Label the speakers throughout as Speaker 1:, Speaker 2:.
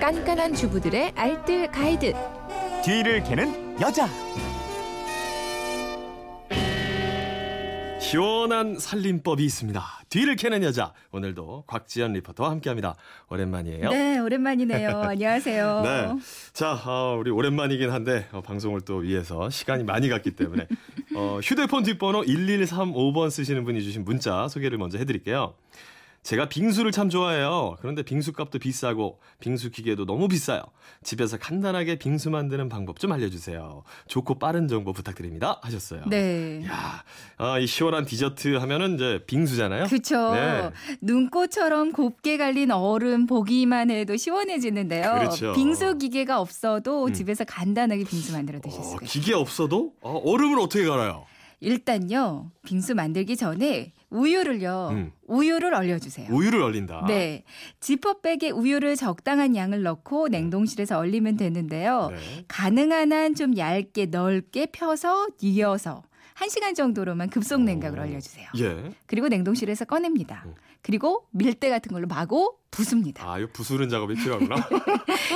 Speaker 1: 깐깐한 주부들의 알뜰 가이드.
Speaker 2: 뒤를 캐는 여자.
Speaker 3: 시원한 살림법이 있습니다. 뒤를 캐는 여자. 오늘도 곽지연 리포터와 함께합니다. 오랜만이에요.
Speaker 4: 네, 어. 오랜만이네요. 안녕하세요.
Speaker 3: 네. 자, 아, 우리 오랜만이긴 한데 어, 방송을 또 위해서 시간이 많이 갔기 때문에 어, 휴대폰 뒷번호 1135번 쓰시는 분이 주신 문자 소개를 먼저 해드릴게요. 제가 빙수를 참 좋아해요. 그런데 빙수값도 비싸고 빙수 기계도 너무 비싸요. 집에서 간단하게 빙수 만드는 방법 좀 알려주세요. 좋고 빠른 정보 부탁드립니다. 하셨어요.
Speaker 4: 네.
Speaker 3: 야, 아, 이 시원한 디저트 하면은 이제 빙수잖아요.
Speaker 4: 그쵸. 어,
Speaker 3: 네.
Speaker 4: 눈꽃처럼 곱게 갈린 얼음 보기만 해도 시원해지는데요.
Speaker 3: 그렇죠.
Speaker 4: 빙수 기계가 없어도
Speaker 3: 음.
Speaker 4: 집에서 간단하게 빙수 만들어 드실
Speaker 3: 어,
Speaker 4: 수가 있어요.
Speaker 3: 기계 없어도 어, 얼음을 어떻게 갈아요?
Speaker 4: 일단요, 빙수 만들기 전에 우유를요,
Speaker 3: 음.
Speaker 4: 우유를 얼려주세요.
Speaker 3: 우유를 얼린다.
Speaker 4: 네. 지퍼백에 우유를 적당한 양을 넣고 냉동실에서 얼리면 되는데요.
Speaker 3: 네.
Speaker 4: 가능한 한 좀 얇게 넓게 펴서 이어서 1시간 정도로만 급속 냉각을
Speaker 3: 오.
Speaker 4: 얼려주세요.
Speaker 3: 어. 예.
Speaker 4: 그리고 냉동실에서 꺼냅니다.
Speaker 3: 음.
Speaker 4: 그리고 밀대 같은 걸로 마구 부습니다.
Speaker 3: 아, 이 부수는 작업이 필요하구나.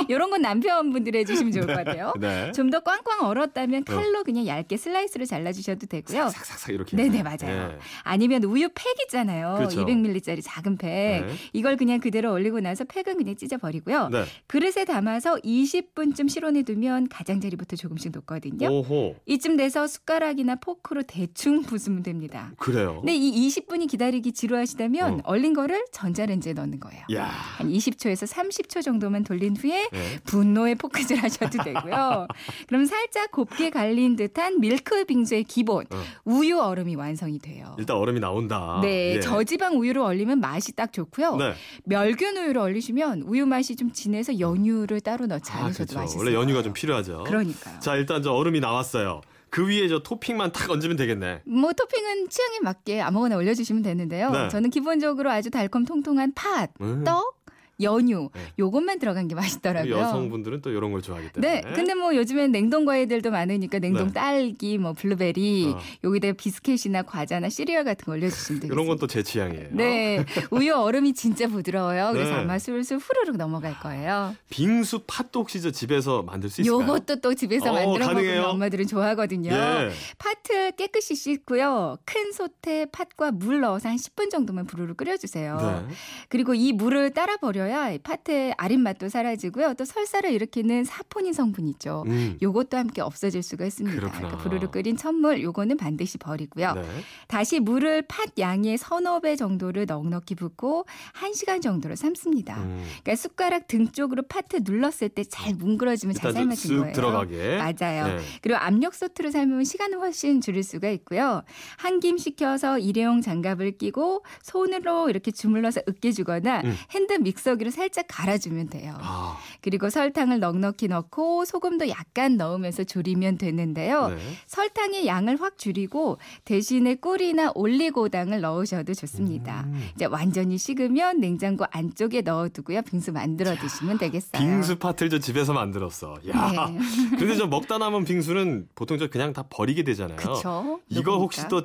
Speaker 4: 이런 건 남편분들이 해주시면 좋을 것 같아요.
Speaker 3: 아. 네. 어.
Speaker 4: 좀 더 꽝꽝 얼었다면 칼로 그냥 얇게 슬라이스로 잘라주셔도 되고요.
Speaker 3: 싹싹 이렇게.
Speaker 4: 네네, 맞아요. 아니면 우유 팩 있잖아요.
Speaker 3: 그렇죠.
Speaker 4: 200ml짜리 작은
Speaker 3: 네.
Speaker 4: 팩.
Speaker 3: 네.
Speaker 4: 이걸 그냥 그대로 얼리고 나서 팩은 그냥 찢어버리고요.
Speaker 3: 네.
Speaker 4: 그릇에 담아서 20분쯤 실온에 두면 가장자리부터 조금씩 녹거든요.
Speaker 3: 오호.
Speaker 4: 이쯤 돼서 숟가락이나 포크로 대충 부수면 됩니다.
Speaker 3: 그래요.
Speaker 4: 근데 이 20분이 기다리기 지루하시다면
Speaker 3: 어.
Speaker 4: 얼린 거를 전자레인지에 넣는 거예요.
Speaker 3: 야.
Speaker 4: 한 20초에서 30초 정도만 돌린 후에
Speaker 3: 네.
Speaker 4: 분노의 포크질 하셔도 되고요. 그럼 살짝 곱게 갈린 듯한 밀크 빙수의 기본
Speaker 3: 어.
Speaker 4: 우유 얼음이 완성이 돼요.
Speaker 3: 일단 얼음이 나온다.
Speaker 4: 네,
Speaker 3: 예.
Speaker 4: 저지방 우유를 얼리면 맛이 딱 좋고요.
Speaker 3: 네.
Speaker 4: 멸균 우유를 얼리시면 우유 맛이 좀 진해서 연유를 따로 넣지
Speaker 3: 아,
Speaker 4: 않으셔도
Speaker 3: 그렇죠.
Speaker 4: 맛있어요.
Speaker 3: 원래 연유가 좀 필요하죠.
Speaker 4: 그러니까요.
Speaker 3: 자, 일단 저 얼음이 나왔어요. 그 위에 저 토핑만 탁 얹으면 되겠네.
Speaker 4: 뭐 토핑은 취향에 맞게 아무거나 올려주시면 되는데요.
Speaker 3: 네.
Speaker 4: 저는 기본적으로 아주 달콤 통통한 팥,
Speaker 3: 음.
Speaker 4: 떡, 연유
Speaker 3: 네.
Speaker 4: 요것만 들어간 게
Speaker 3: 우리
Speaker 4: 맛있더라고요.
Speaker 3: 여성분들은 또 이런 걸 좋아하기 때문에.
Speaker 4: 네, 근데 뭐 요즘엔 냉동 과일들도 많으니까 냉동
Speaker 3: 네.
Speaker 4: 딸기, 뭐 블루베리,
Speaker 3: 어.
Speaker 4: 여기다 비스켓이나 과자나 시리얼 같은 거 올려주시면 되겠습니다.
Speaker 3: 이런 건 또 제 취향이에요.
Speaker 4: 네, 우유 얼음이 진짜 부드러워요. 그래서
Speaker 3: 네.
Speaker 4: 아마 술술 후루룩 넘어갈 거예요.
Speaker 3: 빙수 팥도 혹시 저 집에서 만들 수 있을까요?
Speaker 4: 요것도 또 집에서
Speaker 3: 어,
Speaker 4: 만들어
Speaker 3: 가능해요?
Speaker 4: 먹으면 엄마들은 좋아하거든요.
Speaker 3: 예.
Speaker 4: 팥을 깨끗이 씻고요. 큰 솥에 팥과 물 넣어서 한 10분 정도만 불을 끓여주세요.
Speaker 3: 네.
Speaker 4: 그리고 이 물을 따라 버려야 이 팥의 아린 맛도 사라지고요. 또 설사를 일으키는 사포닌 성분 있죠.
Speaker 3: 음.
Speaker 4: 요것도 함께 없어질 수가 있습니다.
Speaker 3: 그렇구나.
Speaker 4: 그러니까 부르르 끓인 천물 요거는 반드시 버리고요.
Speaker 3: 네.
Speaker 4: 다시 물을 팥 양의 서너 배 정도를 넉넉히 붓고 1시간 정도로 삶습니다.
Speaker 3: 음.
Speaker 4: 그러니까 숟가락 등 쪽으로 팥을 눌렀을 때 잘 뭉그러지면 잘
Speaker 3: 일단 좀
Speaker 4: 삶아진
Speaker 3: 쓱
Speaker 4: 거예요.
Speaker 3: 들어가게.
Speaker 4: 맞아요.
Speaker 3: 네.
Speaker 4: 그리고 압력 소트로 삶으면 시간을 훨씬 줄일 수가 있고요. 한 김 식혀서 일회용 장갑을 끼고 손으로 이렇게 주물러서 으깨주거나
Speaker 3: 음.
Speaker 4: 핸드 믹서기로 살짝 갈아주면 돼요.
Speaker 3: 아,
Speaker 4: 그리고 설탕을 넉넉히 넣고 소금도 약간 넣으면서 졸이면 되는데요.
Speaker 3: 네.
Speaker 4: 설탕의 양을 확 줄이고 대신에 꿀이나 올리고당을 넣으셔도 좋습니다.
Speaker 3: 음.
Speaker 4: 이제 완전히 식으면 냉장고 안쪽에 넣어두고요. 빙수 만들어 드시면 되겠어요.
Speaker 3: 빙수 아, 팥을 저 집에서 만들었어. 야.
Speaker 4: 네.
Speaker 3: 근데 저 먹다 남은 빙수는 보통 저 그냥 다 버리게 되잖아요.
Speaker 4: 그쵸?
Speaker 3: 이거
Speaker 4: 녹으니까.
Speaker 3: 혹시 또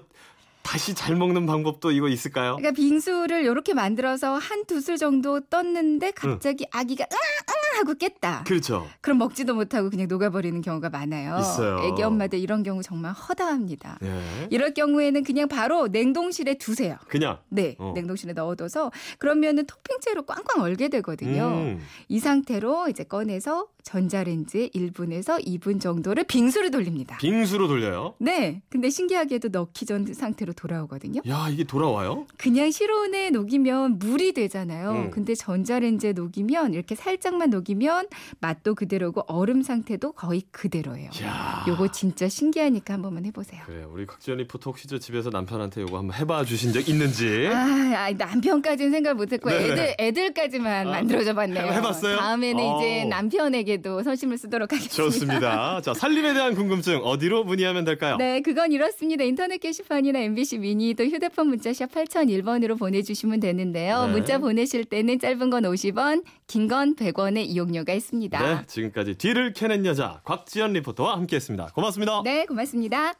Speaker 3: 다시 잘 먹는 방법도 이거 있을까요?
Speaker 4: 그러니까 빙수를 이렇게 만들어서 한 두 술 정도 떴는데 갑자기 아기가 으아 으아 하고 깼다.
Speaker 3: 그렇죠.
Speaker 4: 그럼 먹지도 못하고 그냥 녹아버리는 경우가 많아요.
Speaker 3: 있어요.
Speaker 4: 애기 엄마들 이런 경우 정말 허다합니다.
Speaker 3: 예.
Speaker 4: 이럴 경우에는 그냥 바로 냉동실에 두세요.
Speaker 3: 그냥
Speaker 4: 네,
Speaker 3: 어.
Speaker 4: 냉동실에 넣어둬서 그러면은 토핑채로 꽝꽝 얼게 되거든요.
Speaker 3: 음.
Speaker 4: 이 상태로 이제 꺼내서 전자레인지에 1분에서 2분 정도를 빙수로 돌립니다.
Speaker 3: 빙수로 돌려요.
Speaker 4: 네, 근데 신기하게도 넣기 전 상태로 돌아오거든요.
Speaker 3: 야, 이게 돌아와요?
Speaker 4: 그냥 실온에 녹이면 물이 되잖아요.
Speaker 3: 음.
Speaker 4: 근데 전자레인지에 녹이면 이렇게 살짝만 녹이면 맛도 그대로고 얼음 상태도 거의 그대로예요.
Speaker 3: 야.
Speaker 4: 요거 진짜 신기하니까 한 번만 해보세요.
Speaker 3: 그래, 우리 곽지연 리포터 혹시 저 집에서 남편한테 요거 한번 해봐 주신 적 있는지.
Speaker 4: 아, 아, 남편까지는 생각 못했고
Speaker 3: 네.
Speaker 4: 애들 애들까지만
Speaker 3: 아,
Speaker 4: 만들어줘봤네요.
Speaker 3: 해봤어요?
Speaker 4: 다음에는 이제
Speaker 3: 오.
Speaker 4: 남편에게도 선심을 쓰도록 하겠습니다.
Speaker 3: 좋습니다. 자, 살림에 대한 궁금증 어디로 문의하면 될까요?
Speaker 4: 네, 그건 이렇습니다. 인터넷 게시판이나 MBC 미니 또 휴대폰 문자샵 8001번으로 보내주시면 되는데요.
Speaker 3: 네.
Speaker 4: 문자 보내실 때는 짧은 건 50원, 긴 건 100원의 이용료가 있습니다.
Speaker 3: 네, 지금까지 뒤를 캐는 여자 곽지연 리포터와 함께했습니다. 고맙습니다.
Speaker 4: 네 고맙습니다.